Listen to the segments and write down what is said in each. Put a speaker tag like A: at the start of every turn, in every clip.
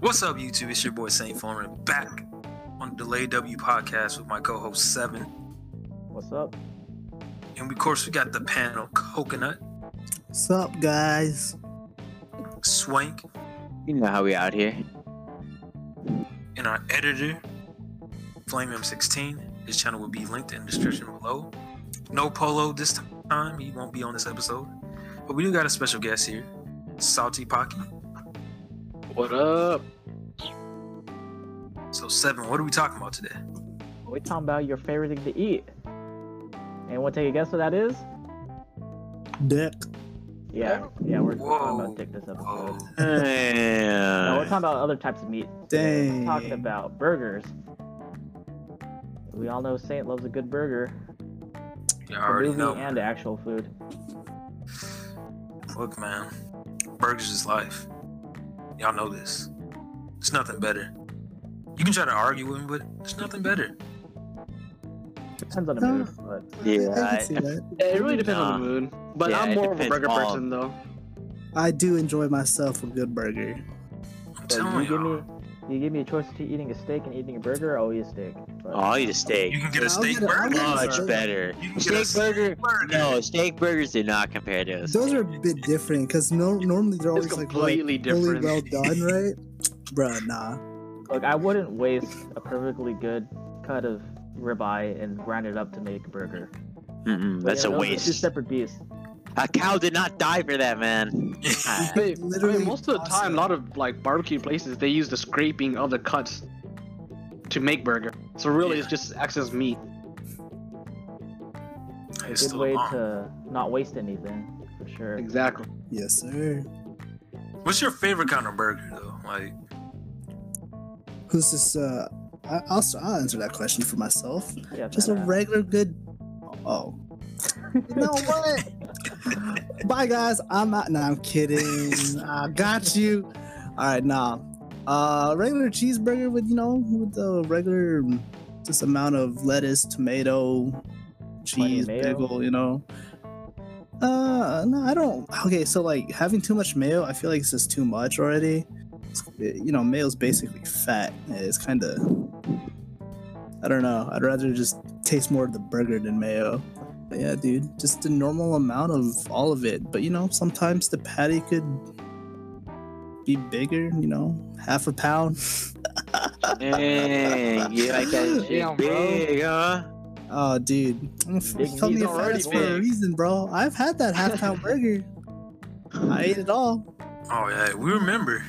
A: What's up, YouTube? It's your boy Saint Foreman back on the Delay W podcast with my co-host Seven,
B: What's up?
A: and we, of course we got the panel Coconut
C: What's up, guys?
A: Swank
B: You know how we out here.
A: and our editor Flame M16. His channel will be linked in the description below. No Polo this time; he won't be on this episode, but we do got a special guest here, Salty Pocky.
D: What up?
A: So Seven, what are we talking about today?
B: We're talking about your favorite thing to eat. Anyone take a guess what that is?
C: Dick.
B: Yeah, yeah, we're we're talking
A: Whoa.
B: about dick this
A: Whoa,
B: episode. No, we're
E: Uh,
D: Damn.
B: talking about other types of meat. today. We're
C: Dang.
B: talking about burgers. We all know Saint loves a good burger.
A: you
B: The
A: already
B: movie
A: know.
B: and the actual food.
A: Look, man, burgers is life. Y'all know this. It's nothing better. You can try to argue with me, but it's nothing better.
B: Depends on the mood, but
D: Yeah,
C: I, can
D: I-
C: see that.
D: It really depends on the
B: Nah.
D: mood. But
B: Yeah,
D: I'm
B: it
D: more of a
B: depends
D: burger
B: on-
D: person though.
C: I do enjoy myself a good burger.
A: I'm
B: So
A: telling
B: you give
A: y'all.
B: me you give me a choice between eating a steak and eating a burger, I'll eat a steak. But
D: Oh, I'll eat a
A: You
D: steak.
A: can get
C: I'll
A: a steak
C: get a- I'll
A: burger.
C: get a
D: Much
C: burger.
D: better.
A: You can get a
D: Steak burger.
A: burger.
D: No, steak burgers did not compare to us.
C: Those are a bit different because no, normally they're
D: It's
C: always like, like
D: completely
C: really
D: different.
C: well done, right? Bruh, nah.
B: Look, I wouldn't waste a perfectly good cut of ribeye and grind it up to make a burger.
D: Mm-mm,
B: But
D: that's
B: yeah,
D: a
B: those are Two
D: waste.
B: separate beasts.
D: A cow did not die for that, man. Ah,
C: But
D: I
C: literally
D: mean, most of the time,
C: awesome.
D: a lot of like barbecue places they use the scraping of the cuts to make burger. So really, it's just excess meat.
B: A
A: It's
B: good
A: still
B: way
A: bomb.
B: to not waste anything, for sure.
D: Exactly.
C: Yes, sir.
A: What's your favorite kind of burger though? Like,
C: Who's this? Uh, I, I'll, s- I'll answer that question for myself.
B: Yeah,
C: Just a
B: fat ass.
C: regular good. Oh. no, what? Bye, guys. I'm out. No, I'm kidding. I got you. All right, nah. Uh, regular cheeseburger with, you know, with the regular just amount of lettuce, tomato, cheese,
B: mayo?
C: pickle, you know. Uh, no, I don't. Okay, so like having too much mayo, I feel like it's just too much already. It's- it- you know, mayo's basically fat. It's kind of. I don't know. I'd rather just taste more of the burger than mayo. But yeah, dude, just the normal amount of all of it. But you know, sometimes the patty could be bigger. You know, half a pound.
D: Dang, you like that shit
B: Damn, bro.
D: big, huh?
C: Oh, dude, F-
B: Big
C: call
B: meat's
C: me a
D: already
C: fattest for a
D: big.
C: reason, bro. I've had that half pound burger. I ate it all.
A: oh yeah, we remember.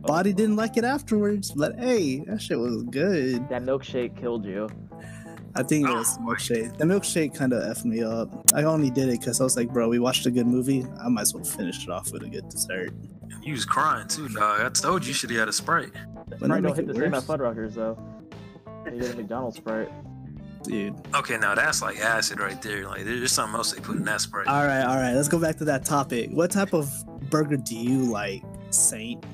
C: Body didn't like it afterwards, but hey, that shit was good.
B: That milkshake killed you.
C: I think it was
A: Oh.
C: milkshake. The milkshake kind of effed me up. I only did it because I was like, bro, we watched a good movie. I might as well finish it off with a good dessert.
A: You was crying too, dog. I told you you should have had a sprite.
B: That Sprite
C: Wouldn't that
B: don't
C: make
B: hit the
C: it
B: same at
C: worse?
B: Fuddruckers though. They get a McDonald's Sprite.
C: Dude.
A: Okay, now that's like acid right there. Like, there's something else they put in that sprite.
C: All right, all right. Let's go back to that topic. What type of burger do you like, Saint?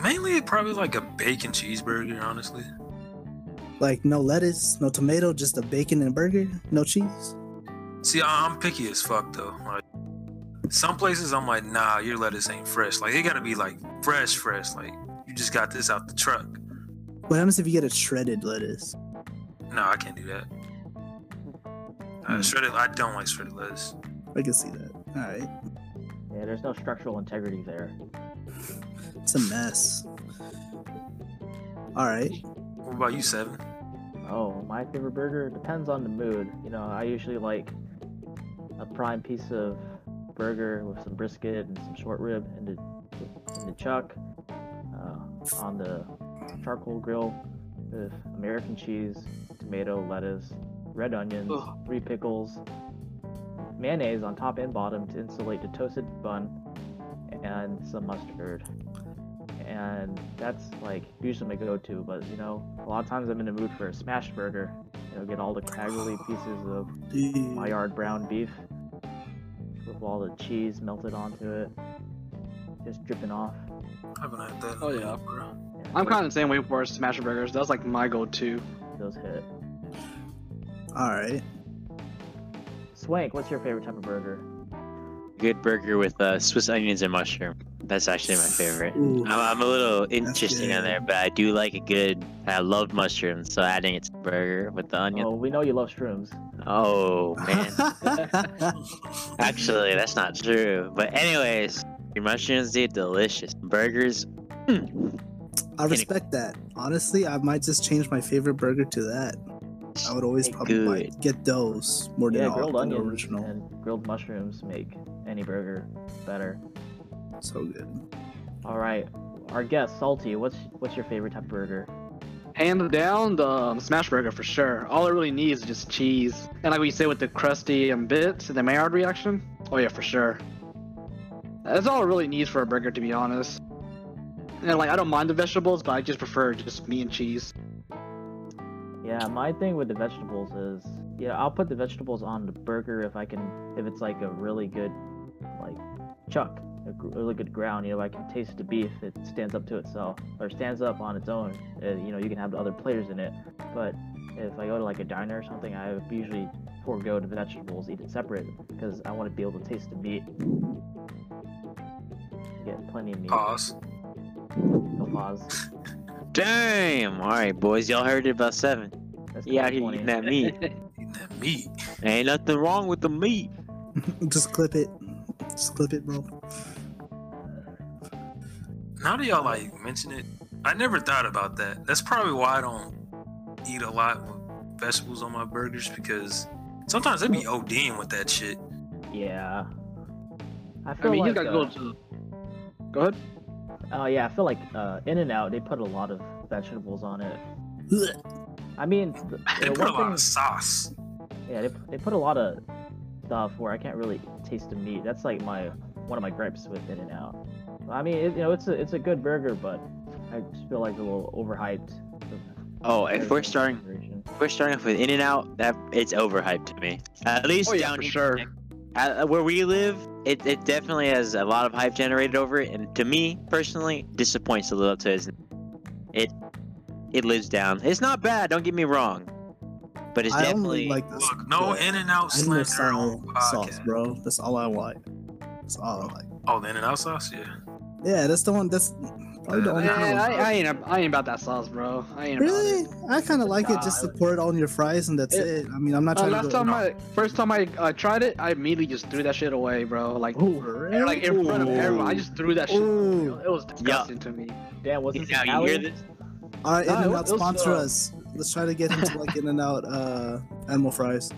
A: Mainly, probably like a bacon cheeseburger. Honestly,
C: Like, no lettuce, no tomato, just a bacon and burger, no cheese?
A: See, I- I'm picky as fuck though. Like some places, I'm like, nah, your lettuce ain't fresh. Like it gotta be like fresh, fresh. Like you just got this out the truck.
C: What happens if you get a shredded lettuce?
A: No, I can't do that. Uh,
C: Hmm.
A: shredded, I don't like shredded lettuce.
C: I can see that. All right.
B: Yeah, there's no structural integrity there.
C: It's a mess. All right.
A: What about you, Seven?
B: Oh, my favorite burger depends on the mood. You know, I usually like a prime piece of burger with some brisket and some short rib and the, and the chuck uh, on the charcoal grill with American cheese, tomato, lettuce, red onions,
D: Ugh.
B: three pickles, mayonnaise on top and bottom to insulate the toasted bun, and some mustard. And that's like usually my go-to, but you know, a lot of times I'm in the mood for a smash burger. You know, get all the craggly pieces of
C: Dude.
B: my yard brown beef with all the cheese melted onto it, just dripping off.
A: I haven't had that. in a
D: Oh, yeah.
A: minute, bro.
B: Yeah,
D: I'm
B: those-
D: kind of the same way for smash burgers. That's like my go-to.
B: those hit.
C: All right.
B: Swank, what's your favorite type of burger?
E: good burger with uh, Swiss onions and mushroom. That's actually my favorite.
C: Ooh.
E: I'm, I'm a little interesting
C: good.
E: on there, but I do like a good. I love mushrooms, so adding it to the burger with the onion.
B: Oh, we know you love shrooms.
E: Oh, man, actually, that's not true. But anyways, your mushrooms, dude, delicious. Burgers, mm,
C: I respect that. Honestly, I might just change my favorite burger to that. I would always
E: Hey,
C: probably
E: good.
C: like, get those more than
B: yeah,
C: all
B: grilled
C: than the
B: onions
C: original.
B: and grilled mushrooms make any burger better.
C: So good.
B: All right, our guest Salty, what's what's your favorite type of burger?
D: Hands down, the um, smash burger for sure. All it really needs is just cheese, and like we say with the crusty and bits and the Maillard reaction. Oh yeah, for sure. That's all it really needs for a burger, to be honest. And like, I don't mind the vegetables, but I just prefer just meat and cheese.
B: Yeah, my thing with the vegetables is, yeah, I'll put the vegetables on the burger if I can, if it's like a really good, like, chuck, a gr- really good ground. You know, I can taste the beef; it stands up to itself or stands up on its own. Uh, you know, you can have the other players in it, but if I go to like a diner or something, I would usually forego the vegetables, eat it separate, because I want to be able to taste the meat. Get plenty of meat.
E: Oh.
A: Pause.
B: No pause.
E: damn. All right, boys, y'all heard it about seven.
B: That's
E: Yeah, here
B: 20.
E: eating that meat.
A: Eating that meat.
E: Ain't nothing wrong with the meat.
C: just clip it. Just clip it, bro.
A: Now that y'all like mention it, I never thought about that. That's probably why I don't eat a lot with vegetables on my burgers because sometimes they be ODing with that shit.
B: Yeah. I
D: I
B: feel
D: mean,
B: like,
D: he's got
B: uh,
D: gold. too. Go ahead.
B: Oh yeah, I feel like uh, In and Out they put a lot of vegetables on it. I mean, the,
A: They
B: the
A: put a
B: one
A: lot of
B: thing-
A: sauce.
B: yeah, they, they put a lot of stuff where I can't really taste the meat. That's like my one of my gripes with In and Out. I mean, it, you know, it's a it's a good burger, but I just feel like it's a little overhyped.
E: Oh, if we're
B: Everything's
E: starting,
B: consideration.
E: if we're starting off with In and Out. That it's overhyped to me. At least
D: Oh yeah,
E: down
D: for
E: here,
D: sure.
E: at, uh, where we live, it, it definitely has a lot of hype generated over it, and to me personally, disappoints a little. To its- it, it lives down. It's not bad. Don't get me wrong, but it's
C: I only
E: definitely
C: like this.
A: Look, no
C: Yeah.
A: in and out
C: I need
A: slander
C: a sour
A: on
C: sauce,
A: podcast.
C: bro. That's all I want. That's all I like.
A: Oh, the in and out sauce, yeah.
C: Yeah, that's the one. That's probably the only
D: Eh,
C: one.
D: I, I ain't, I ain't about that sauce, bro. I ain't about it.
C: Really? I kind of like it just to
B: Nah, I-
C: pour it on your fries and that's
D: It-
C: it. I mean, I'm not
D: Uh,
C: trying
D: last
C: to go.
D: time I, first time I uh, tried it, I immediately just threw that shit away, bro. Like,
C: Ooh, for
D: and, like in front of
E: Ooh.
D: everyone, I just threw that shit.
C: Ooh.
D: It was disgusting to me.
B: Damn, was
E: You
B: this
E: know,
B: an
E: you
B: alley?
E: hear this?
C: All right,
D: Nah,
C: In
D: it
C: and
D: was-
C: Out
D: it was,
C: sponsor
D: uh,
C: us. Let's try to get him to like In and Out uh, animal fries.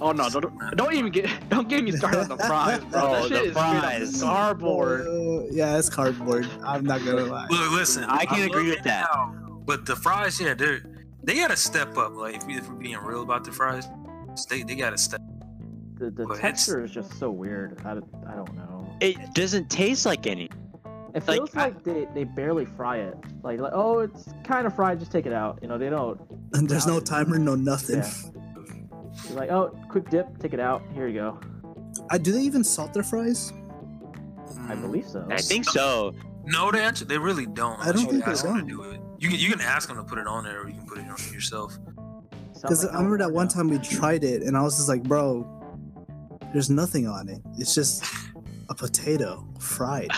D: Oh no, don't, don't even get, don't get me started on the fries, bro.
E: Oh,
D: that shit
E: the
D: is straight up
E: fries.
D: cardboard.
C: Uh, yeah, it's cardboard. I'm not gonna lie.
A: Look, listen,
E: I can agree
A: love
E: with that.
A: In-N-Out, But the fries, yeah, they're they gotta step up. Like if, we- if we're being real about the fries, they they gotta step.
B: The, the
A: Well, it's-
B: texture is just so weird. I, don't- I don't know.
E: It doesn't taste like any.
B: It
E: Like,
B: feels
E: I-
B: like, they, they barely fry it. Like, like oh, it's kind of fried. Just take it out. You know, they don't.
C: And there's no timer, no nothing.
B: Yeah. You're like, oh, quick dip, take it out. Here you go.
C: Uh, do they even salt their fries?
E: Mm.
B: I believe so.
E: I think so.
A: mm, No, they actually they really don't.
C: I don't
A: unless you
C: think they
A: ask them to
C: don't.
A: do it. You can you can ask them to put it on there, or you can put it on yourself.
B: Sounds
C: Because
B: like
C: I remember that one
B: California.
C: time we tried it, and I was just like, bro, there's nothing on it. It's just a potato fried.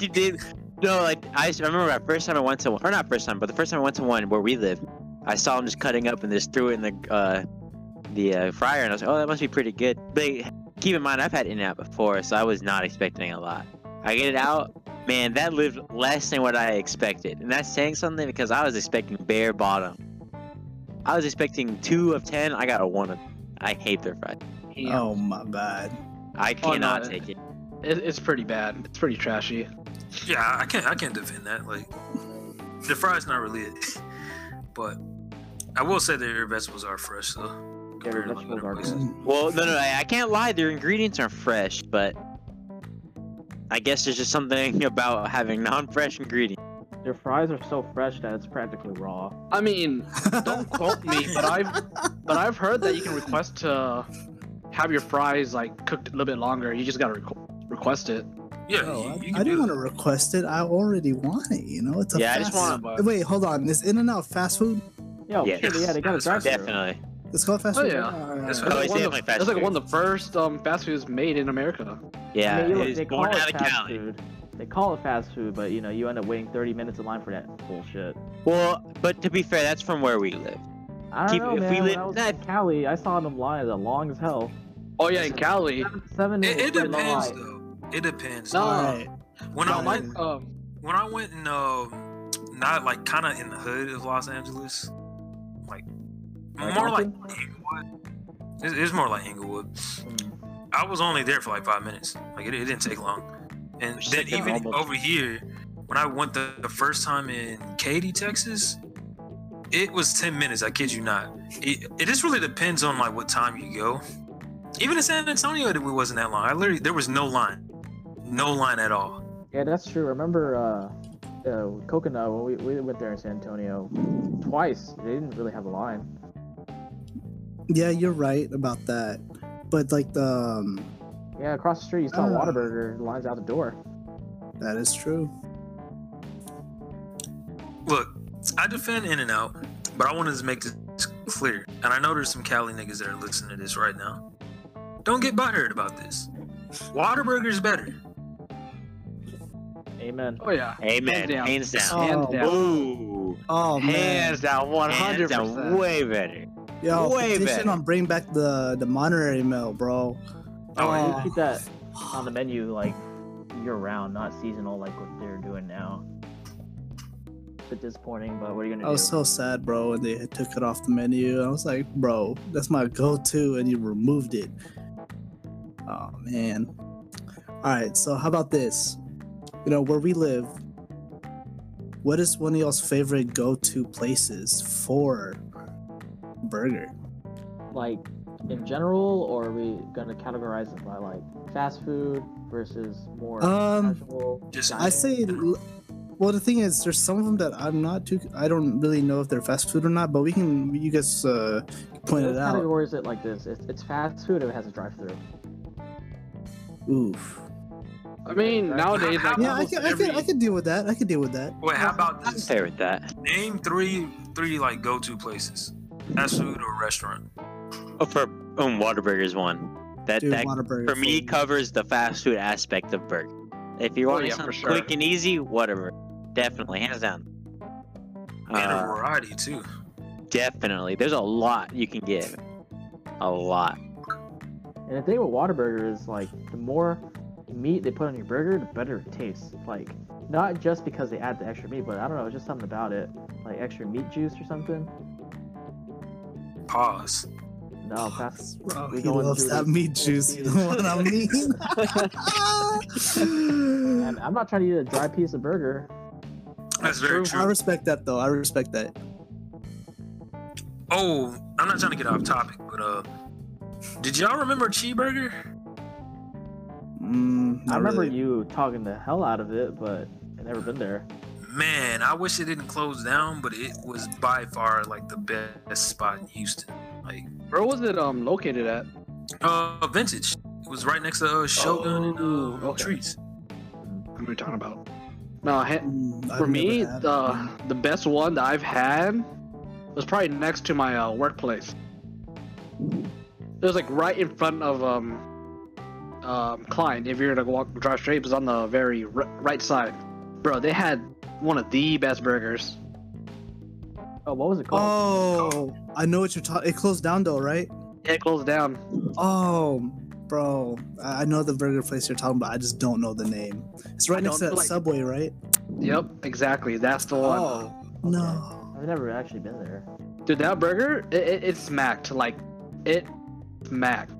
E: you did. No, like I s- remember that first time I went to one, or not first time, but the first time I went to one where we live, I saw them just cutting up and just threw it in the uh, the uh, fryer, and I was like, oh, that must be pretty good. But keep in mind, I've had In-N-Out before, so I was not expecting a lot. I get it out, man, that lived less than what I expected, and that's saying something because I was expecting bare bottom. I was expecting two of ten. I got a one of. I hate their fries.
D: Yeah.
C: Oh my god.
E: I
D: Oh, no,
E: cannot
D: that-
E: take it.
D: It, it's pretty bad. It's pretty trashy.
A: Yeah, I- I can't I can't defend that. Like the fries not really it, but I will say that their vegetables are fresh though.
B: Yeah, their
A: compared to other
B: vegetables are
A: places.
B: good.
E: Well, no, no, I, I can't lie. Their ingredients are fresh, but I guess there's just something about having non-fresh ingredients.
B: Their fries are so fresh that it's practically raw.
D: I mean, don't quote me, but I've, but I've heard that you can request to have your fries like cooked a little bit longer. You just gotta requ- request it.
A: Yeah,
C: No,
A: you, you
C: I,
A: can
C: I didn't
A: do
C: want to
A: that.
C: request it. I already want it. You know, it's a
E: Yeah, I
C: fast.
E: just want.
D: But-
C: Wait, hold on. Is In and Out fast food?
B: Yo,
E: Yeah.
B: sure, yeah, they got a
A: Yes.
B: drive through.
E: Definitely.
C: It's called fast
D: Oh,
C: food.
D: yeah.
C: Alright,
A: That's
C: alright.
E: Oh, it's
D: one of
E: definitely
D: the-
E: fast
D: That's like
E: food.
D: one of the first um, fast foods made in America.
E: Yeah,
B: I mean,
E: it
B: look,
E: is
B: they
E: born
B: call
E: out
B: it
E: of
B: fast
E: Cali.
B: food. they call it fast food, but you know you end up waiting 30 minutes in line for that bullshit.
E: Well, but to be fair, that's from where we live.
B: I don't
E: Keep-
B: know,
E: if we
B: man.
E: lit-
B: when I was
E: nah,
B: in Cali, I saw them line that long as hell.
D: Oh yeah, in Cali.
B: Seven, seven
A: It, it
B: minutes in
A: depends
B: line.
A: though. It depends.
D: No.
C: Alright.
A: When
D: No,
A: I
D: my
A: went
D: um,
A: when I went in um not like kind of in the hood of Los Angeles, like
B: Like
A: more like
B: Oakland?
A: Inglewood. It's, it's more like Inglewood.
B: Mm.
A: I was only there for like five minutes. Like it, it didn't take long. And
E: Which
A: then
E: taking
A: even
E: almost-
A: over here, when I went the, the first time in Katy, Texas, it was ten minutes. I kid you not. It, it just really depends on like what time you go. Even in San Antonio, it wasn't that long. I literally there was no line, no line at all.
B: Yeah, that's true. Remember, uh, uh, Coconut when we, we went there in San Antonio twice. They didn't really have a line.
C: Yeah, you're right about that. But like the um,
B: Yeah, across the street you saw
C: Uh.
B: Waterburger lines out the door.
C: that is true.
A: Look, I defend In and Out, but I wanted to make this clear. And I know there's some Cali niggas that are listening to this right now. Don't get butthurt about this. Waterburger's better.
B: Amen.
D: oh yeah,
E: Amen.
D: down.
E: Hands down.
D: hands
C: Oh,
D: down,
E: Ooh.
C: Oh man,
D: hands down, one
E: Hands
D: hundred
E: down.
D: percent.
E: Way better.
C: yo,
E: way
C: petition
E: better.
C: on bring back the the Monterey Mill, bro.
A: Oh, yeah.
C: Ah.
B: Keep that on the menu like year round, not seasonal like what they're doing now. bit disappointing, but what are you gonna
C: I
B: do?
C: was Oh, so sad, bro, when they took it off the menu. I was like, bro, that's my go-to, and you removed it. Oh man. All right, so how about this? You know where we live. What is one of y'all's favorite go-to places for burger?
B: like in general, or are we gonna categorize it by like fast food versus more
C: Um,
B: casual?
A: Just
C: I say, l- well, the thing is, there's some of them that I'm not too. I don't really know if they're fast food or not, but we can. You guys uh, point
B: Let's
C: it out.
B: categorize it like this: it's, it's fast food if it has a drive-through.
C: Oof.
D: I mean, nowadays, like
C: Yeah, I
D: almost
C: could, I
D: every,
C: could, I could deal with that. I could deal with that.
A: Wait, how about
E: I'm
A: this?
E: fair with that.
A: Name three three like go to places. Fast food or restaurant.
E: Oh, for um, Waterburger's one. That
C: Dude,
E: that
C: Whataburger
E: for me
C: food.
E: covers the fast food aspect of burger. If you
D: Oh,
E: want
D: yeah, for
E: something
D: sure.
E: quick and easy, whatever. Definitely, hands down.
A: and a
E: Uh,
A: variety too.
E: definitely, there's a lot you can get. A lot.
B: And the thing with Whataburger is like the more meat they put on your burger, the better it tastes. Like not just because they add the extra meat, but I don't know, it's just something about it, like extra meat juice or something.
A: Pause.
B: No,
C: Oh,
B: fast.
C: Bro,
B: we
C: he
B: going
C: loves
B: to-
C: that meat juice. You know what I mean?
B: And I'm not trying to eat a dry piece of burger.
A: That's very
C: I
A: true.
C: respect that though. I respect that.
A: Oh, I'm not trying to get off topic, but uh did y'all remember Cheeburger?
C: Mm, not
B: I remember
C: really.
B: you talking the hell out of it, but I've never been there.
A: Man, I wish it didn't close down, but it was by far like the best spot in Houston. Like
D: where was it um located at?
A: uh vintage. It was right next to uh, Shogun and uh,
D: okay.
A: Trees.
D: What are you talking about? No, ha-
C: Mm, I've
D: for me,
C: never had
D: the the best one that I've had was probably next to my uh, workplace. It was like right in front of um, um Klein. If you're gonna walk drive straight, it was on the very r- right side. Bro, they had one of the best burgers.
B: Oh, what was it called?
C: Oh, I know what you're talking. It closed down though, right?
D: It closed down.
C: Oh, bro, I I know the burger place you're talking about. I just don't know the name. It's right
D: I
C: next to
D: don't
C: that
D: like-
C: Subway, right?
D: Yep, exactly. That's the one.
C: Oh, no.
B: I've never actually been there.
D: Dude, that burger, it, it, it smacked. Like, it smacked.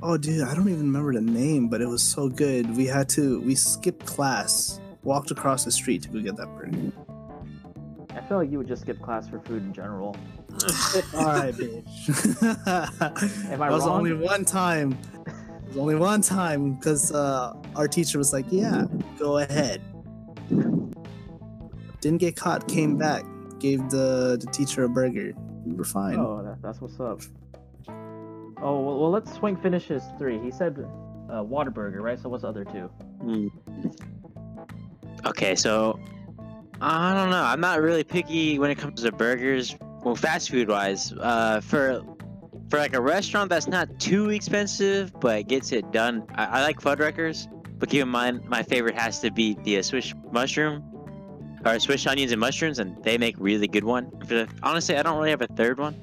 C: Oh, dude, I don't even remember the name, but it was so good. We had to, we skipped class, walked across the street to go get that burger.
B: I feel like you would just skip class for food in general.
C: All right, bitch.
B: Am I
C: that was
B: wrong?
C: only one time. It was only one time because uh, our teacher was like, "Yeah, go ahead." Didn't get caught. Came back. Gave the the teacher a burger. We were fine.
B: Oh, that, that's what's up. Oh well, well, let's swing finish his three. He said uh, Waterburger, right? So what's the other two?
E: Mm. Okay, so I don't know. I'm not really picky when it comes to burgers. Well, fast food wise, uh, for for like a restaurant that's not too expensive but gets it done. I, I like Fuddruckers, But keep in mind, my favorite has to be the uh, Swiss mushroom, or Swiss onions and mushrooms, and they make really good one. For the- Honestly, I don't really have a third one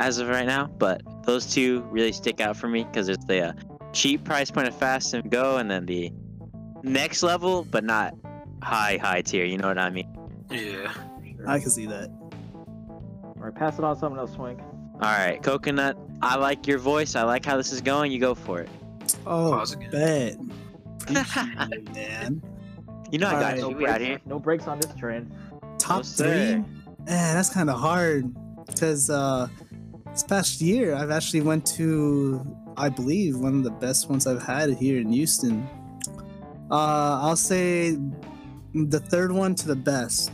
E: as of right now, but those two really stick out for me because it's the uh, cheap price point of fast and go, and then the next level, but not high high tier. You know what I mean?
A: Yeah.
C: I can see that.
B: All right, pass it on to someone else, Swink.
E: All right, coconut. I like your voice. I like how this is going. You go for it.
C: Oh,
A: Pause again.
C: bet. man.
E: You know I
C: All
E: got
C: right.
E: you. We out here.
B: No breaks on this train.
C: Top
E: Yes,
C: three?
E: sir.
C: Man, that's kind of hard because uh, this past year I've actually went to, I believe, one of the best ones I've had here in Houston. Uh, I'll say the third one to the best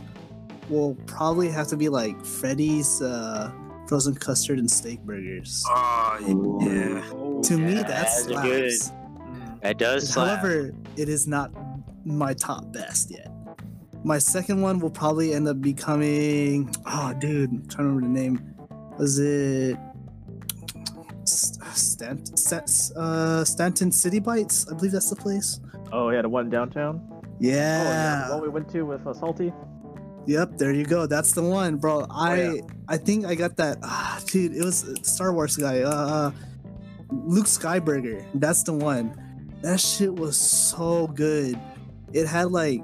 C: will probably have to be like Freddy's uh, frozen custard and steak burgers.
A: Oh, yeah.
C: to me,
E: yeah,
C: that
E: those are
C: slaps.
E: good. It does. slap.
C: However, it is not my top best yet. My second one will probably end up becoming. Oh, dude, I'm trying to remember the name. Was it Stanton, uh, Stanton City Bites? I believe that's the place.
B: Oh yeah, the one downtown. Oh, yeah,
C: Yeah.
B: the one we went to with uh, Salty.
C: Yep. There you go. That's the one, bro. I
B: Oh, yeah.
C: I think I got that. Ah, dude, it was Star Wars guy. Uh, Luke Skyburger. That's the one. That shit was so good. It had like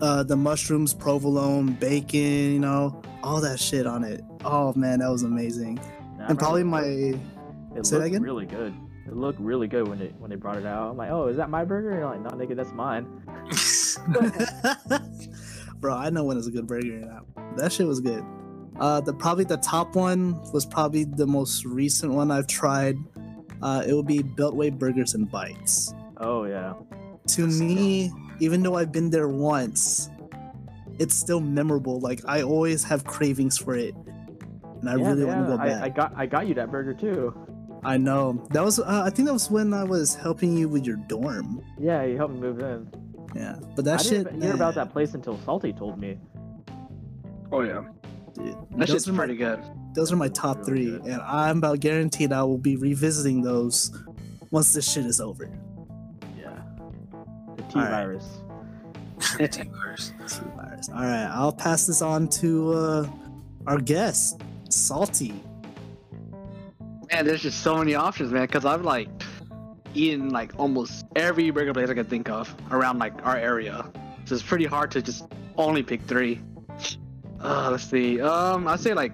C: uh, the mushrooms, provolone, bacon, you know, all that shit on it. Oh man, that was amazing.
B: Nah, I
C: And probably
B: remember
C: my
B: It
C: say that
B: looked
C: again?
B: really good. It looked really good when they when they brought it out. I'm like, oh, is that my burger? And you're like, no, nigga, that's mine.
C: Bro, I know when it's a good burger or not. That shit was good. Uh, the probably the top one was probably the most recent one I've tried. Uh, it would be Beltway Burgers and Bites.
B: Oh yeah.
C: To
A: That's
C: me, even though I've been there once, it's still memorable. Like I always have cravings for it, and I
B: Yeah,
C: really
B: yeah,
C: want to go
B: I, I
C: back.
B: got I got you that burger too.
C: I, know that was. Uh, I think that was when I was helping you with your dorm.
B: Yeah, you helped me move in.
C: Yeah, but that
B: I
C: shit.
B: didn't even hear about
C: yeah,
B: that place until Salty told me.
D: Oh yeah,
C: dude.
D: that
C: Those
D: shit's
C: are my
D: pretty good.
C: Those are my top
B: Really
C: three,
B: good.
C: and I'm about guaranteed I will be revisiting those once this shit is over.
B: Yeah. The T
C: All right.
B: virus.
A: T-verse.
C: Alright, All right, I'll pass this on to uh, our guest, Salty.
D: Man, there's just so many options, man. Cause I've like eaten like almost every burger place I can think of around like our area, so it's pretty hard to just only pick three. Uh, let's see. Um, I'd say like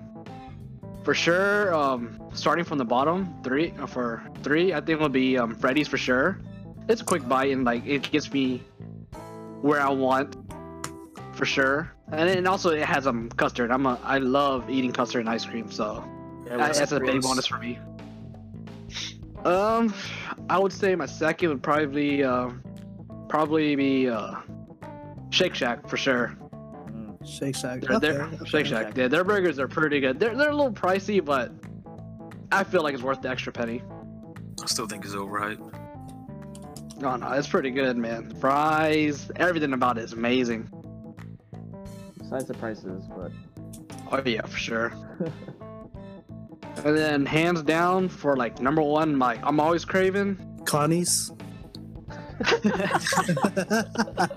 D: for sure. Um, starting from the bottom, three uh, for three, I think will be um Freddy's for sure. It's a quick bite and like it gets me where I want for sure. And then also it has um custard. I'm a I love eating custard and ice cream, so that- that's a big bonus for me. Um, I would say my second would probably uh, probably be uh, Shake Shack for sure.
B: Mm.
C: Shake Shack.
D: They're, they're-
C: Okay,
D: Shake
C: okay.
D: Shack, yeah, their burgers are pretty good. They're they're a little pricey, but I feel like it's worth the extra penny.
A: I still think it's overhyped. Oh,
D: No, no, it's pretty good, man. Fries, everything about it is amazing.
B: Besides the prices, but
D: Oh yeah, for sure. and then hands down for like number one, like I'm always craving.
C: Connie's. Dude,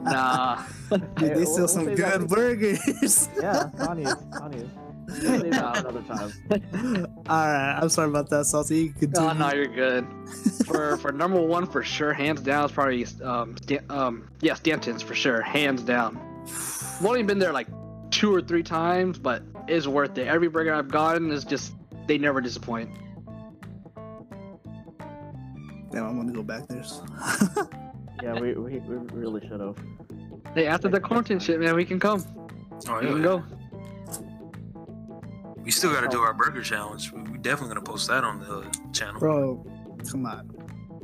D: Nah.
B: Hey,
C: they
B: we'll-
C: sell
B: we'll
C: some
B: save that
C: good
B: for-
C: burgers.
B: yeah, Connie's Connie's. We'll save that for another time.
C: All right, I'm sorry about that, Salty. You can do.
D: Oh no, you're good. for for number one, for sure, hands down, it's probably um, Stan- um yeah, Stanton's for sure, hands down. I've only been there like two or three times, but it's worth it. Every burger I've gotten is just they never disappoint.
C: Damn, I'm gonna go back there.
B: Yeah, we, we, we really should have.
D: Hey, after the quarantine shit, man, we can come.
A: Oh,
D: We
A: yeah.
D: can go.
A: We still got to do our burger challenge. We we definitely gonna post that on the channel.
C: Bro, come on,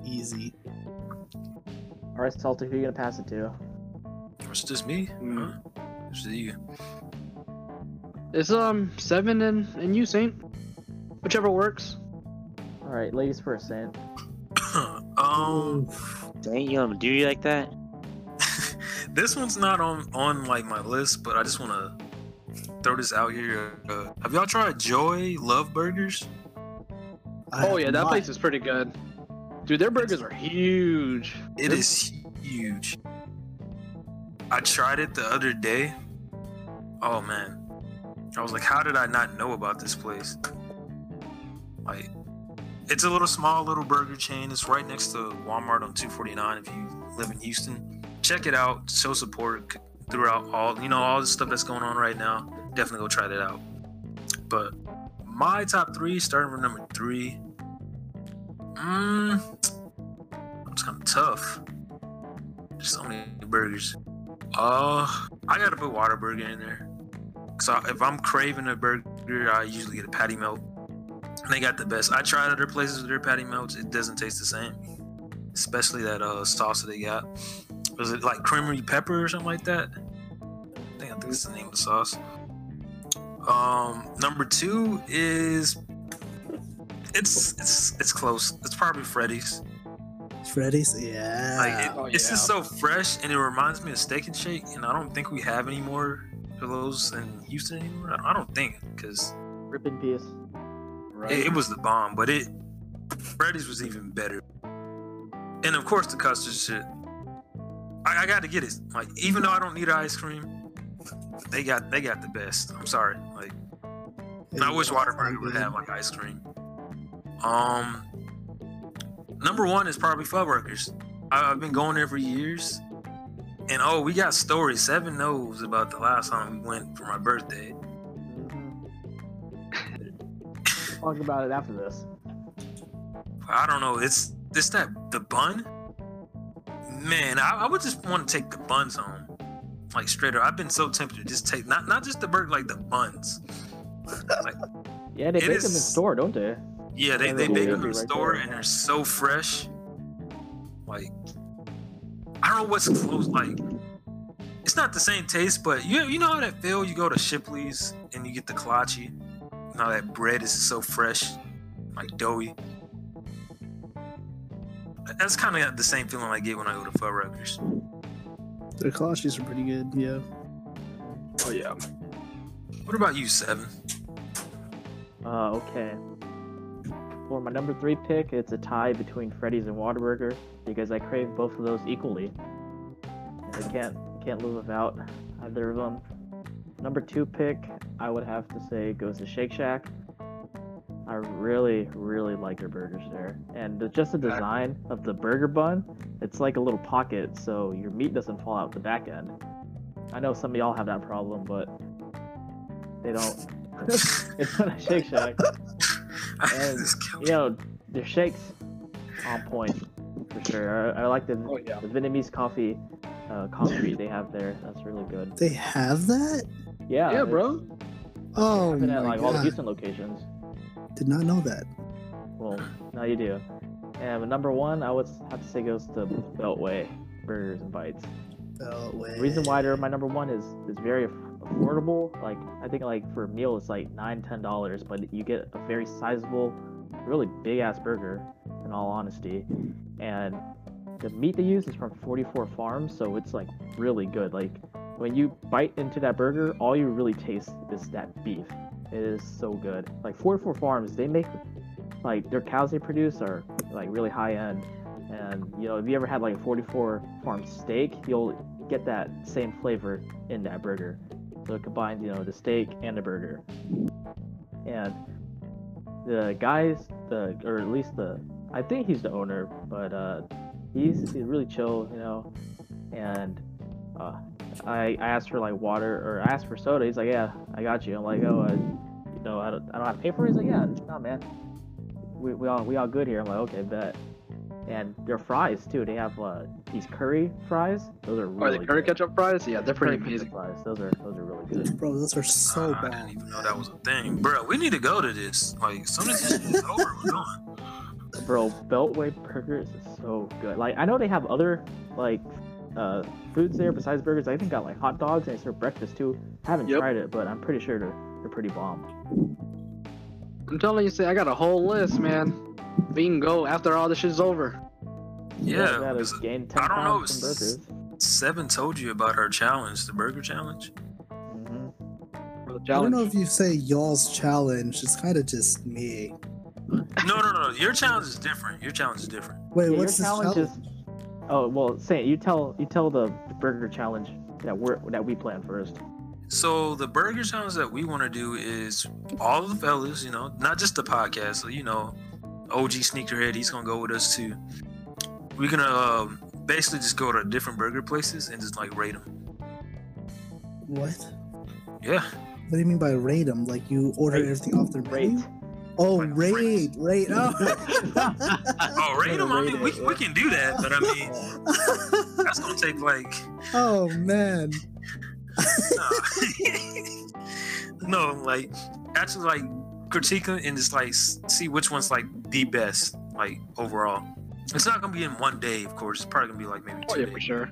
C: easy.
B: All right, Salty, who you gonna pass it to?
A: It's just me.
D: Mm.
A: Huh? It's just you.
D: It's um seven and and you Saint, whichever works.
B: All right, ladies first, Saint.
A: um,
E: Dang, you do you like that?
A: this one's not on on like my list, but I just want to throw this out here. Uh, have y'all tried Joy Love Burgers?
C: I
D: Oh
C: have
D: yeah, that
C: not-
D: place is pretty good. Dude, their burgers are huge.
A: It is huge. I tried it the other day. Oh man. I was like, how did I not know about this place? Like, it's a little small little burger chain. It's right next to Walmart on 249 if you live in Houston. Check it out. Show support c- throughout all, you know, all the stuff that's going on right now. Definitely go try that out. But my top three, starting with number three. Mmm. It's kind of tough. There's so many burgers. Uh, I gotta put Whataburger in there. So if I'm craving a burger, I usually get a patty melt. And they got the best. I tried other places with their patty melts. It doesn't taste the same. Especially that uh sauce that they got. Was it like creamery pepper or something like that? I think I think that's the name of the sauce. Um, number two is it's it's it's close. It's probably Freddy's.
C: Freddy's,
A: Like it,
C: yeah.
D: Oh,
A: it's
D: yeah.
A: just so fresh, and it reminds me of Steak and Shake, and I don't think we have any more of those in Houston anymore. I- I don't think because
B: Rip in peace.
D: Right.
A: it, it was the bomb, but it Freddy's was even better. And of course, the custard shit. I, I got to get it. Like even though I don't need ice cream, they got they got the best. I'm sorry. Like and I wish Waterburger would have like ice cream. Um, number one is probably Fuddruckers. I, I've been going there for years, and oh, we got stories. Seven knows about the last time we went for my birthday. Mm-hmm.
B: Talk about it after this.
A: I don't know. It's it's that the bun. Man, I, I would just want to take the buns home, like straight up. I've been so tempted to just take not not just the burger, like the buns.
B: Yeah, they
A: It
B: bake them in
A: is-
B: store, don't they?
A: Yeah, they they
B: Yeah, they're
A: bake
B: cool.
A: them in the
B: Right
A: store
B: there.
A: and they're so fresh. Like I don't know what's close. Like it's not the same taste, but you you know how that feel. You go to Shipley's and you get the kolache. Now that bread is so fresh, like doughy. That's kind of the same feeling I get when I go to Fuddruckers.
C: Their kolaches are pretty good, yeah.
D: Oh yeah.
A: What about you, Seven?
B: Uh, okay. For my number three pick, it's a tie between Freddy's and Whataburger because I crave both of those equally. And I can't can't live without either of them. Number two pick, I would have to say goes to Shake Shack. I really, really like their burgers there, and the- just the design of the burger bun. It's like a little pocket, so your meat doesn't fall out the back end. I know some of y'all have that problem, but they don't. it's not a Shake Shack. And,
A: This guy-
B: You know, their shakes on point for sure. I, I like the,
D: Oh yeah.
B: the Vietnamese coffee uh, concrete they have there. That's really good.
C: They have that?
B: Yeah,
D: Yeah,
B: it's-
D: bro.
C: Oh,
B: I've been
C: my
B: at like all the
C: God.
B: Houston locations.
C: did not know that.
B: Well, now you do. And but number one, I would have to say goes to Beltway Burgers and Bites.
C: Oh, wait.
B: The reason why they're my number one is is very aff- affordable. Like I think like for a meal it's like nine ten dollars, but you get a very sizable, really big ass burger. In all honesty, and the meat they use is from 44 Farms, so it's like really good. Like when you bite into that burger, all you really taste is that beef. It is so good. Like 44 Farms, they make like their cows they produce are like really high end. And you know, if you ever had like a 44 farm steak, you'll get that same flavor in that burger. So it combines, you know, the steak and the burger. And the guys, the or at least the, I think he's the owner, but uh, he's, he's really chill, you know. And uh, I, I asked for like water or I asked for soda. He's like, yeah, I got you. I'm like, oh, I, you know, I don't, I don't have to pay for it. He's like, yeah, nah, man, we, we all we all good here. I'm like, okay, bet. And their fries too. They have uh, these curry fries. Those are
D: Are
B: really
D: the curry
B: good.
D: ketchup fries? Yeah, they're pretty
B: Curry
D: amazing.
B: fries. Those are those are really good.
C: Bro, those are so
A: I
C: bad.
A: didn't even know that was a thing, bro. We need to go to this. Like, as soon as this is over, we're going.
B: Bro, Beltway burgers is so good. Like I know they have other like uh foods there besides burgers. I even got like hot dogs and they serve breakfast too. haven't
D: Yep.
B: tried it, but I'm pretty sure they're they're pretty bomb.
D: I'm telling you, see, I got a whole list, man. We can go after all this shit's over.
A: Yeah,
B: gotta
A: 'cause
B: gain 10
A: I don't know,
B: pounds from
A: it's-
B: burgers.
A: Seven told you about our challenge, the burger challenge.
B: Mhm.
D: For the
C: I don't
D: challenge.
C: know if you say y'all's challenge. It's kind of just me.
A: No, no, no. Your challenge is different. Your challenge is different.
C: Wait,
B: Yeah, your
C: what's this?
B: challenge is. Oh well, say it. You tell you tell the burger challenge that we're that we plan first.
A: So the burger challenge that we want to do is all the fellas, you know, not just the podcast. So you know, OG Sneakerhead, he's gonna go with us too. We're gonna um, basically just go to different burger places and just like rate them.
C: What?
A: Yeah,
C: What do you mean by rate them? Like you order
B: Rate.
C: everything off their
B: Great.
C: menu? Oh,
A: Like
C: raid, raid. Oh.
A: oh rate them. I mean, we, we can do that, but I mean, that's gonna take like
C: oh man.
A: no, like actually like critique them and just like s- see which one's like the best like overall. It's not gonna be in one day, of course. It's probably gonna be like maybe
D: Oh
A: two
D: yeah,
A: days.
D: for sure.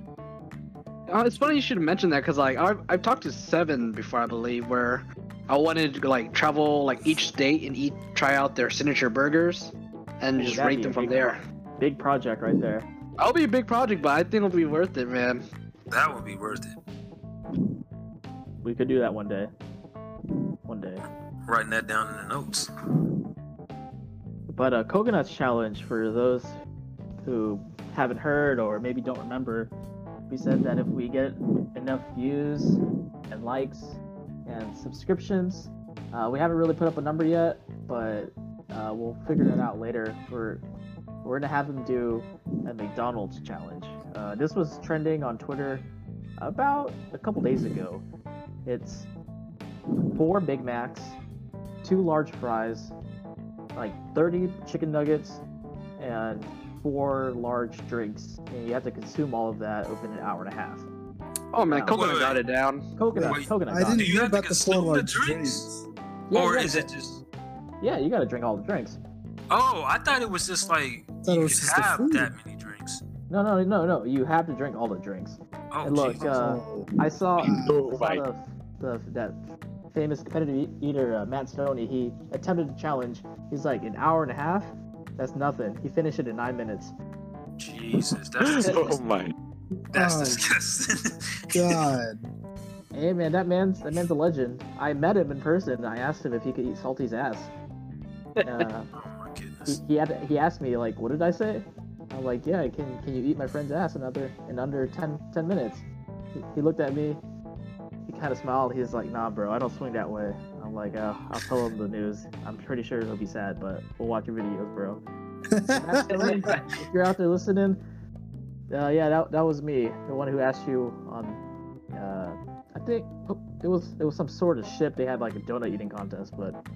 D: Uh, it's funny you should mention that because like I've, I've talked to Seven before, I believe, where I wanted to like travel like each state and eat try out their signature burgers, and
B: Ooh,
D: just
B: that'd
D: rate
B: be
D: them
B: a
D: from
B: big
D: there.
B: Big project right there.
D: That'll be a big project, but I think it'll be worth it, man.
A: That would be worth it.
B: We could do that one day. One day.
A: Writing that down in the notes.
B: But uh, Kogonut's challenge for those who haven't heard or maybe don't remember, we said that if we get enough views and likes and subscriptions, uh, we haven't really put up a number yet, but uh, we'll figure that out later. We're we're gonna have them do a McDonald's challenge. Uh, this was trending on Twitter about a couple days ago. It's four Big Macs, two large fries, like 30 chicken nuggets and four large drinks, and you have to consume all of that within an hour and a half.
D: Oh man,
B: Yeah.
D: Coconut
A: Wait,
D: got
A: wait.
D: it down.
B: Coconut,
A: Wait,
B: coconut.
C: I
B: got
C: didn't
A: Do you
C: hear
A: have to
C: about the
A: consume
C: four
A: the
C: large
A: drinks?
C: drinks.
B: Yeah,
A: or
B: yeah,
A: is it just?
B: Yeah, you got to drink all the drinks.
A: Oh, I thought it was just like
C: Thought it
A: you
C: was
A: could
C: just the
A: have
C: food.
A: that many drinks.
B: No, no, no, no. You have to drink all the drinks.
A: Oh,
B: And look,
A: Jesus.
B: uh,
C: Oh.
B: I saw, I
E: Oh, my-
B: saw the, the, that famous competitive e- eater, uh, Matt Stoney. He attempted a challenge. He's like, an hour and a half? That's nothing. He finished it in nine minutes.
A: Jesus, that's
E: oh my.
A: that's
C: Oh.
A: disgusting.
C: God.
B: Hey, man, that man's, that man's a legend. I met him in person. I asked him if he could eat Salty's ass. Uh,
A: oh my
B: he,
A: goodness.
B: he had he asked me like what did i say i'm like yeah can can you eat my friend's ass in under in under 10, 10 minutes he, he looked at me he kind of smiled he's like nah bro i don't swing that way i'm like oh, i'll tell him the news i'm pretty sure he'll be sad but we'll watch your videos bro Actually, if you're out there listening uh, yeah that, that was me the one who asked you on uh, i think oh, it was it was some sort of ship they had like a donut eating contest but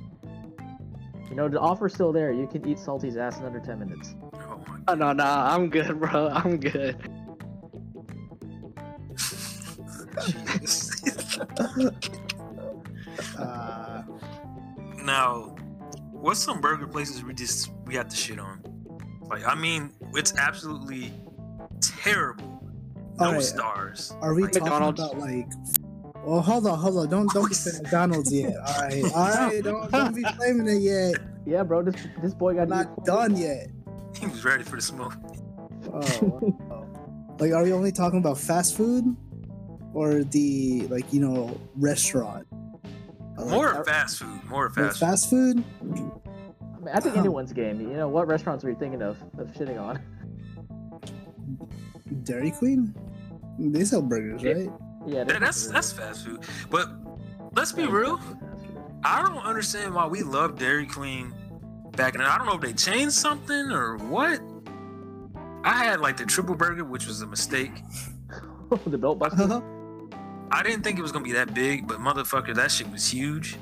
B: you know, the offer's still there. You can eat Salty's ass in under 10 minutes.
A: Oh my
D: Oh, no, no, I'm good, bro. I'm good.
A: Jesus.
C: uh,
A: Now, what's some burger places we just we have to shit on? Like, I mean, it's absolutely terrible. No
C: All right.
A: stars.
C: are we
A: Like,
C: talking
D: McDonald's.
C: about like? Well, hold on, hold on. Don't don't get to McDonald's yet. All right, all right. Don't don't be claiming it yet.
B: Yeah, bro, this this boy got
C: I'm not done yet.
A: he was ready for the smoke.
C: Oh, wow. like, are we only talking about fast food, or the like you know restaurant? Or, like,
A: More
B: that-
A: fast food. More
C: like,
A: fast food.
C: fast food.
B: I, mean, I think anyone's game. You know, what restaurants are you thinking of of shitting on?
C: Dairy Queen. They sell burgers, right?
B: Yeah,
A: That- that's that's fast food. But let's be real. I don't understand why we love Dairy Queen back then. I don't know if they changed something or what. I had like the triple burger, which was a mistake.
B: the belt buster.
C: Uh-huh.
A: I didn't think it was gonna be that big, but motherfucker, that shit was huge,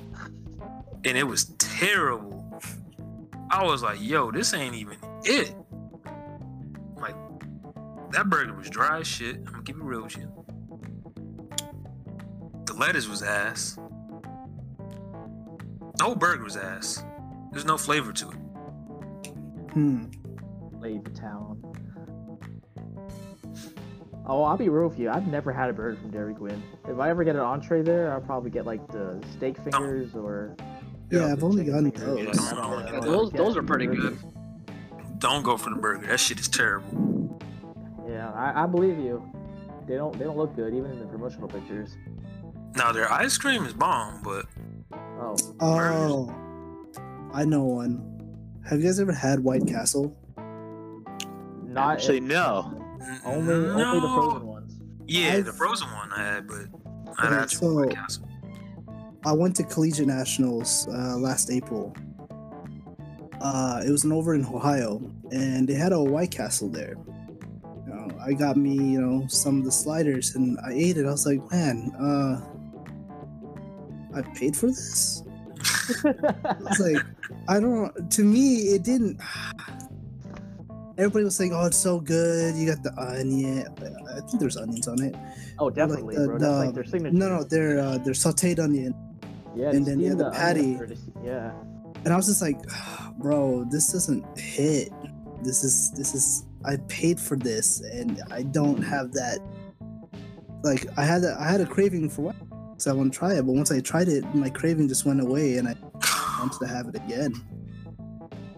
A: and it was terrible. I was like, yo, this ain't even it. Like that burger was dry as shit. I'm gonna keep it real with you. The lettuce was ass. The whole burger was ass. There's no flavor to it.
C: Hmm.
B: Leave town. Oh, I'll be real with you. I've never had a burger from Dairy Queen. If I ever get an entree there, I'll probably get like the steak fingers or.
C: Yeah, I've only gotten
B: Chicken
A: Yeah,
C: those.
A: I don't know.
B: Yeah.
D: Those, those are pretty good.
A: Don't go for the burger. That shit is terrible.
B: Yeah, I, I believe you. They don't they don't look good even in the promotional pictures.
A: Now their ice cream is bomb, but
B: Oh,
C: Oh, I know one. Have you guys ever had White Castle?
B: Not
E: Actually, no.
A: Mm,
B: only only the
A: no.
B: frozen ones.
A: Yeah, the
C: I've-
A: frozen one I had, but not
C: Okay,
A: actual
C: so-
A: White Castle.
C: I went to collegiate nationals uh, last April. Uh, it was an over in Ohio, and they had a White Castle there. You know, I got me, you know, some of the sliders, and I ate it. I was like, man, uh, I paid for this. I was like, I don't. To me, it didn't. Everybody was saying, "Oh, it's so good! You got the onion. I think there's onions on it.
B: oh, definitely,
C: the-
B: bro. That's
C: the-
B: like their signature.
C: No, no, they're uh, they're sautéed onion."
B: Yeah,
C: and
B: just
C: then the
B: steam
C: other
B: onion
C: patty.
B: for this- Yeah.
C: and I was just like, bro, this doesn't hit. This is this is I paid for this, and I don't have that. Like I had a, I had a craving for what, so I want to try it. But once I tried it, my craving just went away, and I wanted to have it again.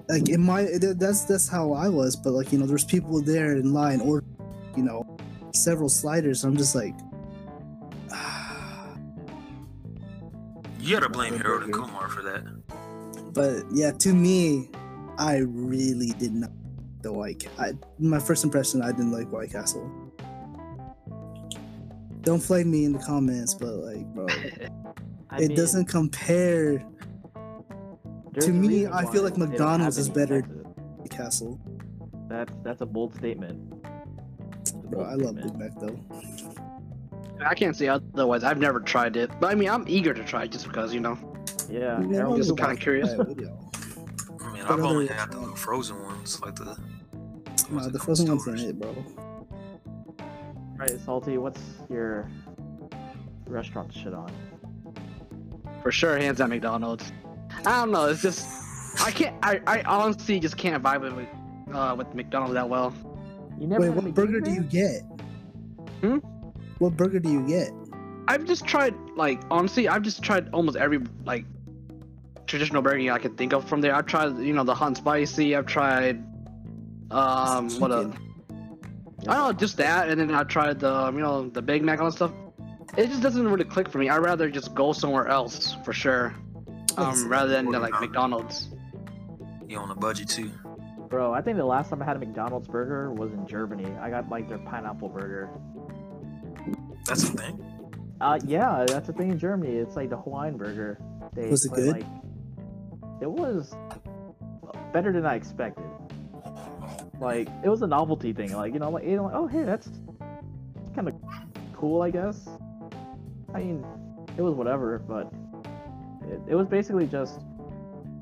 C: Like in my th- that's that's how I was. But like you know, there's people there in line or, you know, several sliders. and I'm just like.
A: You gotta blame Harold and Kumar for that.
C: But yeah, to me, I really did not the White Ca- I My first impression, I didn't like White Castle. Don't flame me in the comments, but like, bro,
B: I
C: it
B: mean,
C: doesn't compare
B: there's
C: to
B: a
C: me,
B: reason
C: I feel
B: why
C: like
B: they don't have
C: McDonald's is
B: any
C: better.
B: Texas.
C: White Castle.
B: That's that's a bold statement. It's a
C: Bro,
B: bold
C: I love Big
B: statement.
C: Mac though.
D: I can't say otherwise. I've never tried it, but I mean, I'm eager to try it just because you know.
B: Yeah,
C: Man,
B: Harold
C: I'm
D: just
B: Kumar.
D: kinda curious.
C: Right with y'all.
A: I mean,
C: What
A: I've only
C: other-
A: had the little frozen ones, like the.
C: Nah, the frozen one's in it, bro.
B: Right, Salty, what's your restaurant shit on?
D: For sure, hands at McDonald's. I don't know. It's just I can't. I, I honestly just can't vibe with uh, with McDonald's that well.
B: You never
C: Wait,
B: had a
C: what burger do you
B: McDonald's?
C: get?
D: Hmm?
C: What burger do you get?
D: I've just tried like honestly, I've just tried almost every like traditional burger I can think of from there. I've tried you know the hot and spicy. I've tried um what a, I don't know just that, and then I tried the um, you know the Big Mac and all that stuff. It just doesn't really click for me. I'd rather just go somewhere else for sure,
C: That's-
D: um, rather than uh, like
A: Wow.
D: McDonald's.
A: You on a budget too?
B: Bro, I think the last time I had a McDonald's burger was in Germany. I got like their pineapple burger.
A: That's the thing.
B: Uh, yeah, that's a thing in Germany. It's like the Hawaiian burger. They
C: Was it
B: put,
C: good?
B: Like, it was better than I expected. Like it was a novelty thing. Like you know, like, you know, like oh hey, that's kind of cool, I guess. I mean, it was whatever, but it, it was basically just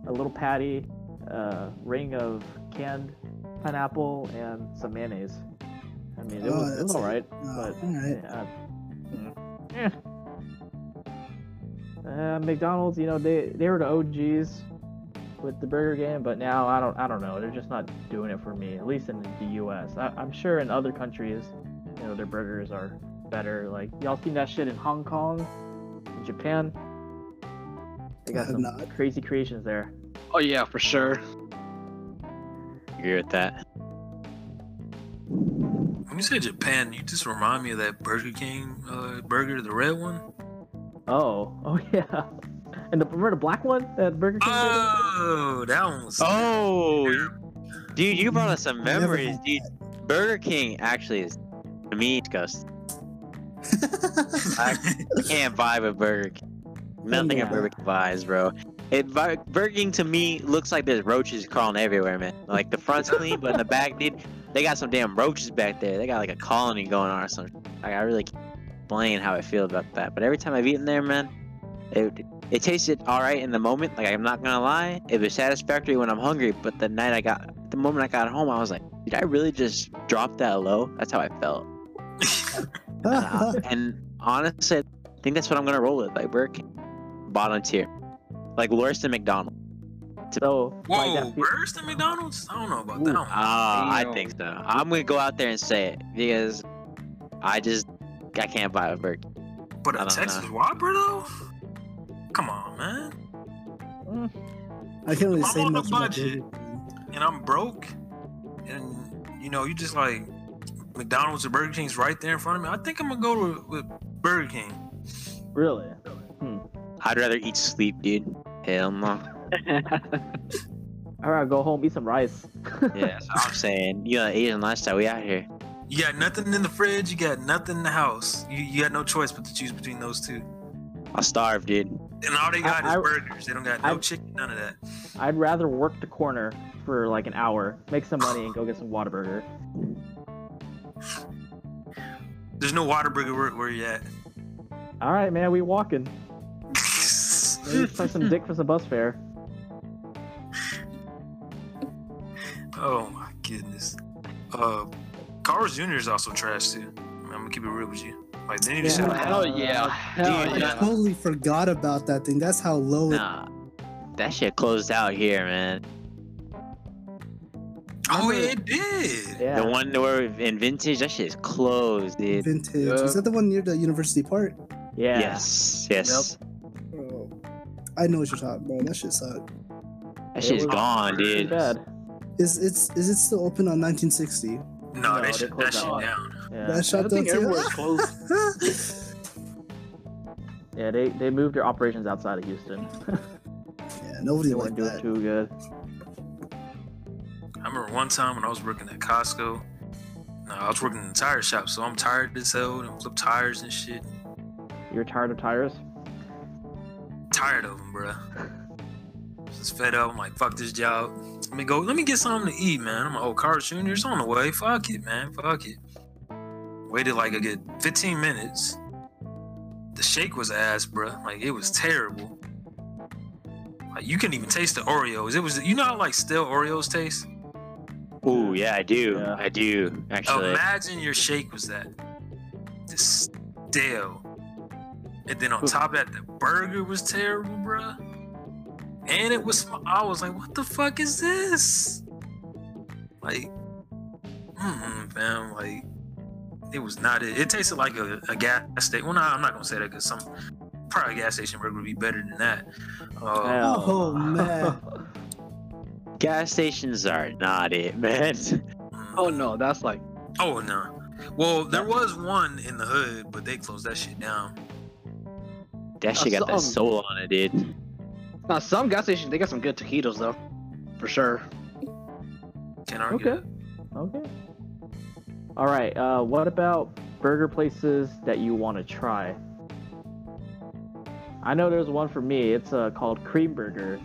B: a little patty, a ring of canned pineapple, and some mayonnaise. I mean, it
C: Oh,
B: was, it was
C: that's-
B: all right,
C: Uh,
B: but
C: all right.
B: yeah.
C: Mm.
B: Eh. Uh, McDonald's, you know, they they were the OGs with the burger game, but now I don't I don't know. They're just not doing it for me. At least in the U.S. I, I'm sure in other countries, you know, their burgers are better. Like y'all seen that shit in Hong Kong, in Japan. They
C: I
B: got
C: have
B: some
C: not.
B: crazy creations there.
D: Oh yeah, for sure.
E: Agree with that.
A: When you say Japan, you just remind me of that Burger King uh, burger, the red one.
B: Oh, oh yeah. And the remember the black one that Burger King did?
A: Oh, that one was.
E: Oh, dude, you brought us some
C: never
E: memories,
C: had
E: dude. Burger King actually is to me disgusting. I can't vibe with Burger King. Nothing
B: Yeah.
E: at Burger King vibes, bro. It vi- Burger King to me looks like there's roaches crawling everywhere, man. Like the front's clean, but in the back, dude, they got some damn roaches back there. They got like a colony going on or something. Like I really can't explain how I feel about that. But every time I've eaten there, man, it it tasted all right in the moment. Like I'm not gonna lie, it was satisfactory when I'm hungry. But the night I got, the moment I got home, I was like, did I really just drop that low? That's how I felt. Uh, and honestly, I think that's what I'm gonna roll with. Like Burger King, bottom tier, like worse than McDonald's.
B: So like
A: Whoa,
B: that fe-
A: where's the McDonald's? I don't know about that
B: Ooh.
A: one.
E: Ah, I
D: Damn.
E: think so. I'm gonna go out there and say it because I just I can't buy a Burger. King.
A: But
E: I
A: a
E: don't
A: Texas
E: know.
A: Whopper though? Come on, man.
C: I can't really
A: I'm
C: say
A: on a
C: much about
A: budget.
C: Burger King.
A: And I'm broke, and you know, you just like McDonald's or Burger King's right there in front of me. I think I'm gonna go to with Burger King.
B: really,
E: I'd rather eat sleep, dude. Hell no.
B: All right, go home, eat some rice.
E: Yeah, that's what I'm saying. You know, Asian lifestyle, we out here.
A: You got nothing in the fridge. You got nothing in the house. You, you got no choice but to choose between those two.
E: I starve, dude.
A: And all they got
B: I-
A: is
B: I-
A: burgers. They don't got no
B: I-
A: chicken, none of that.
B: I'd rather work the corner for like an hour, make some money, and go get some Whataburger.
A: There's no Waterburger where, where you at.
B: All right, man, we walking. Maybe
A: oh
B: suck some dick for some bus fare.
A: Oh my goodness. Uh, Carl's Jr. is also trash too. I'm gonna keep it real with you. Like they need to
B: Yeah.
A: shut up.
D: Hell yeah. Hell
E: Dude,
C: I
D: yeah.
C: totally forgot about that thing. That's how low it
E: Nah. That shit closed out here, man.
A: Oh, yeah, it did.
B: Yeah.
E: The one where in vintage, that shit is closed, dude.
C: vintage.
D: Yeah.
C: Was that the one near the University Park?
B: yeah.
E: Yes, yes.
C: Bro, I know what you're talking about. That shit sucked.
E: That shit is
B: It was
E: gone,
B: Too
E: dude.
B: bad.
C: Is it's is it still open on 1960?
A: No,
B: No,
A: they
B: they
A: shut that
B: closed that
A: shit
B: one.
A: down.
B: Yeah.
C: That shut
D: I think
C: down too?
D: everywhere's closed.
B: Yeah. They they moved their operations outside of Houston.
C: yeah, nobody
B: They weren't doing
C: liked that.
B: too good.
A: I remember one time when I was working at Costco. No, I was working in the tire shop, so I'm tired as hell and flip tires and shit.
B: You're tired of tires?
A: Tired of them, bruh. Just fed up. I'm like, fuck this job. Let me go. Let me get something to eat, man. I'm like, oh, Carl's Jr. It's on the way. Fuck it, man. Fuck it. Waited like a good 15 minutes. The shake was ass, bruh. Like it was terrible. Like you couldn't even taste the Oreos. It was, you know, how like stale Oreos taste.
E: Ooh, yeah, I do.
B: Yeah.
E: I do,
A: Oh,
E: actually.
A: Imagine your shake was that. Just stale. And then on top of that, the burger was terrible, bruh. And it was, sm- I was like, what the fuck is this? Like, mm fam. Like, it was not it. It tasted like a, a gas station. Well, no, I'm not going to say that because some, probably a gas station burger would be better than that. Uh,
B: Hell.
C: Oh, man.
E: Gas stations are not it, man.
A: mm.
D: Oh no, that's like
A: Oh no. Well, there was one in the hood, but they closed that shit down.
E: That shit got that
D: Um,
E: soul on it, dude.
D: now some gas stations they got some good taquitos though, for sure.
A: Can't argue.
B: Okay. Okay. All right. Uh, what about burger places that you want to try? I know there's one for me. It's uh, called Cream Burger.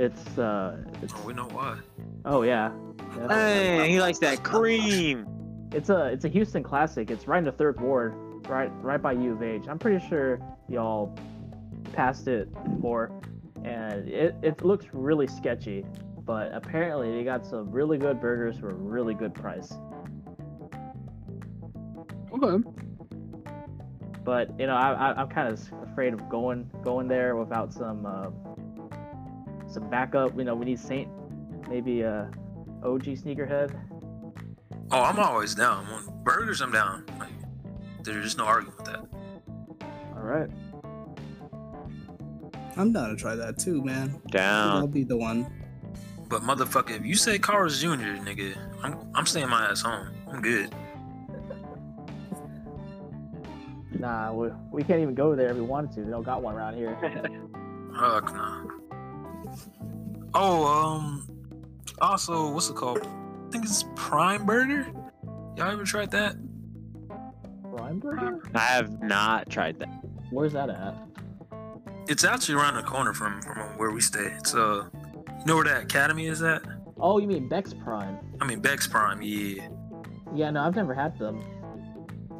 B: It's uh, it's
A: Oh, we know why.
B: oh yeah. Yeah.
E: Hey, he likes that cream.
B: It's a it's a Houston classic. It's right in the third ward, right right by U of H. I'm pretty sure y'all passed it before, and it it looks really sketchy, but apparently they got some really good burgers for a really good price.
D: Okay.
B: but you know I, I, I'm kind of afraid of going going there without some uh, some backup. You know we need Saint, maybe uh, OG sneakerhead.
A: Oh, I'm always down. When burgers, I'm down. Like, there's no arguing with that.
B: All right.
C: I'm down to try that too, man. I'll
E: Down.
C: be the one.
A: But motherfucker, if you say Carl's Jr., nigga, I'm I'm staying my ass home. I'm good.
B: Nah, we, we can't even go there if we wanted to. They don't got one around here.
A: Fuck nah. Oh, um, also, what's it called? I think it's Prime Burger. Y'all ever tried that?
B: Prime Burger?
E: I have not tried that.
B: Where's that at?
A: It's actually around the corner from from where we stay. It's uh, you know where that academy is at?
B: Oh, you mean Bex Prime?
A: I mean Bex Prime. Yeah.
B: Yeah, no, I've never had them.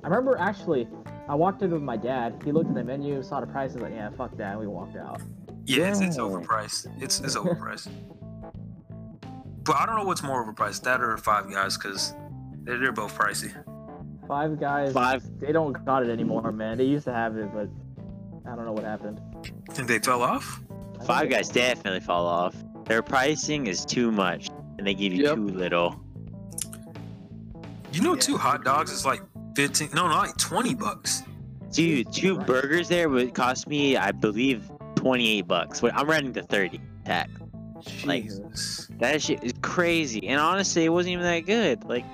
B: I remember actually, I walked in with my dad. He looked at the menu, saw the price, was like, "Yeah, fuck that," and we walked out.
A: Yeah, It's, it's
E: Yeah.
A: overpriced. It's it's overpriced. but I don't know what's more overpriced, that or Five Guys, because they're, they're both pricey.
B: Five guys.
E: Five.
B: They don't got it anymore, man. They used to have it, but I don't know what happened.
A: Think they fell off?
B: I
E: Five
B: think-
E: Guys definitely fall off. Their pricing is too much, and they give you
D: Yep.
E: too little.
A: You know,
C: Yeah.
A: two hot dogs is like fifteen. No, not like twenty bucks.
E: Dude, two
B: Christ.
E: burgers there would cost me, I believe, twenty-eight bucks. Wait, I'm running to thirty. Heck, Like-
A: Jesus.
E: that shit is crazy. And honestly, it wasn't even that good. Like,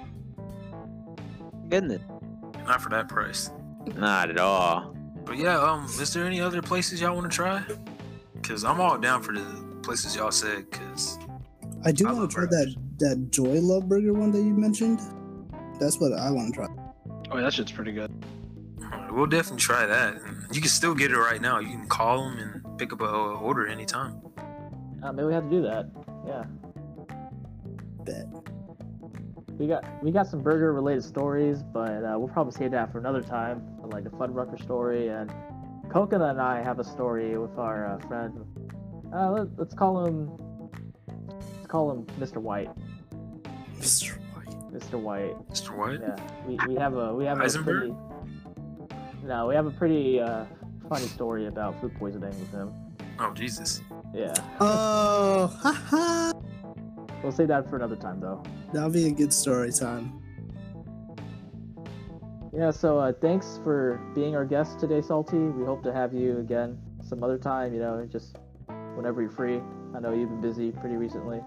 E: goodness,
A: Not for that price.
E: not at all.
A: But yeah, um, is there any other places y'all want to try? Cause I'm all down for the places y'all said. Cause
C: I do
A: I
C: want
A: love
C: to try
A: burgers.
C: that that Joy Love Burger one that you mentioned. That's what I want to try.
D: Oh, yeah, that shit's pretty good.
A: We'll definitely try that. You can still get it right now. You can call them and pick up a a order anytime.
B: Uh, maybe we have to do that. Yeah.
C: Bet.
B: We got we got some burger related stories, but uh, we'll probably save that for another time. For, like the Fuddrucker story, and Coconut and I have a story with our uh, friend. Uh, let, let's call him. Let's call him Mr. White.
C: Mr. White.
B: Mr. White.
A: Mr. White?
B: Yeah. We, we have a we have a
A: Heisenberg?
B: pretty. No, we have a pretty uh, funny story about food poisoning with him.
A: Oh, Jesus.
B: Yeah.
C: Oh, haha!
B: We'll save that for another time, though.
C: That'll be a good story time.
B: Yeah, so uh, thanks for being our guest today, Salty. We hope to have you again some other time, you know, just whenever you're free. I know you've been busy pretty recently.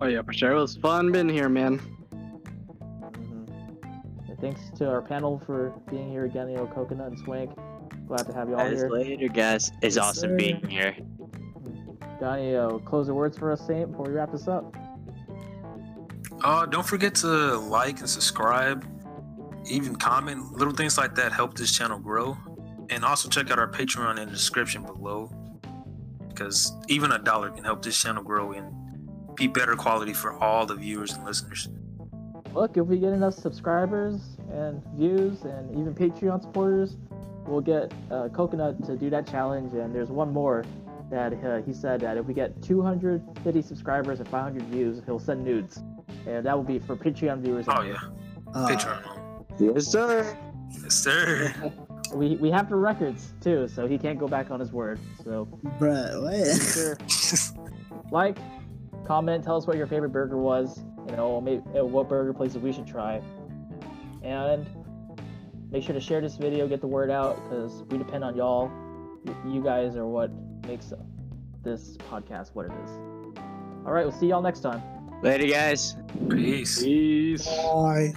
D: Oh yeah, for sure. It was fun being here, man.
B: Mm-hmm. And thanks to our panel for being here again, you know, Coconut and Swank. Glad to have you all
E: Guys,
B: here.
E: later, guys. It's
C: Yes,
E: awesome
C: sir.
E: being here.
B: Got any uh, closing words for us, Saint, before we wrap this up?
A: Uh, don't forget to like and subscribe, even comment. Little things like that help this channel grow. And also check out our Patreon in the description below, because even a dollar can help this channel grow and be better quality for all the viewers and listeners.
B: Look, if we get enough subscribers and views and even Patreon supporters, we'll get uh, Coconut to do that challenge. And there's one more that uh, he said that if we get 250 subscribers and 500 views, he'll send nudes. And that will be for Patreon viewers.
A: Oh
B: only.
A: yeah,
C: Uh,
A: Patreon. only.
E: Yes, sir.
A: Yes, sir.
B: We, we have the records too, so he can't go back on his word. So
C: Bruh,
B: be
C: what?
B: sure, like, comment, tell us what your favorite burger was. You know, maybe, what burger places we should try, and make sure to share this video, get the word out, because we depend on y'all. Y- You guys are what makes this podcast what it is. All right, we'll see y'all next time.
E: Later, guys.
A: Peace.
D: Peace.
C: Why?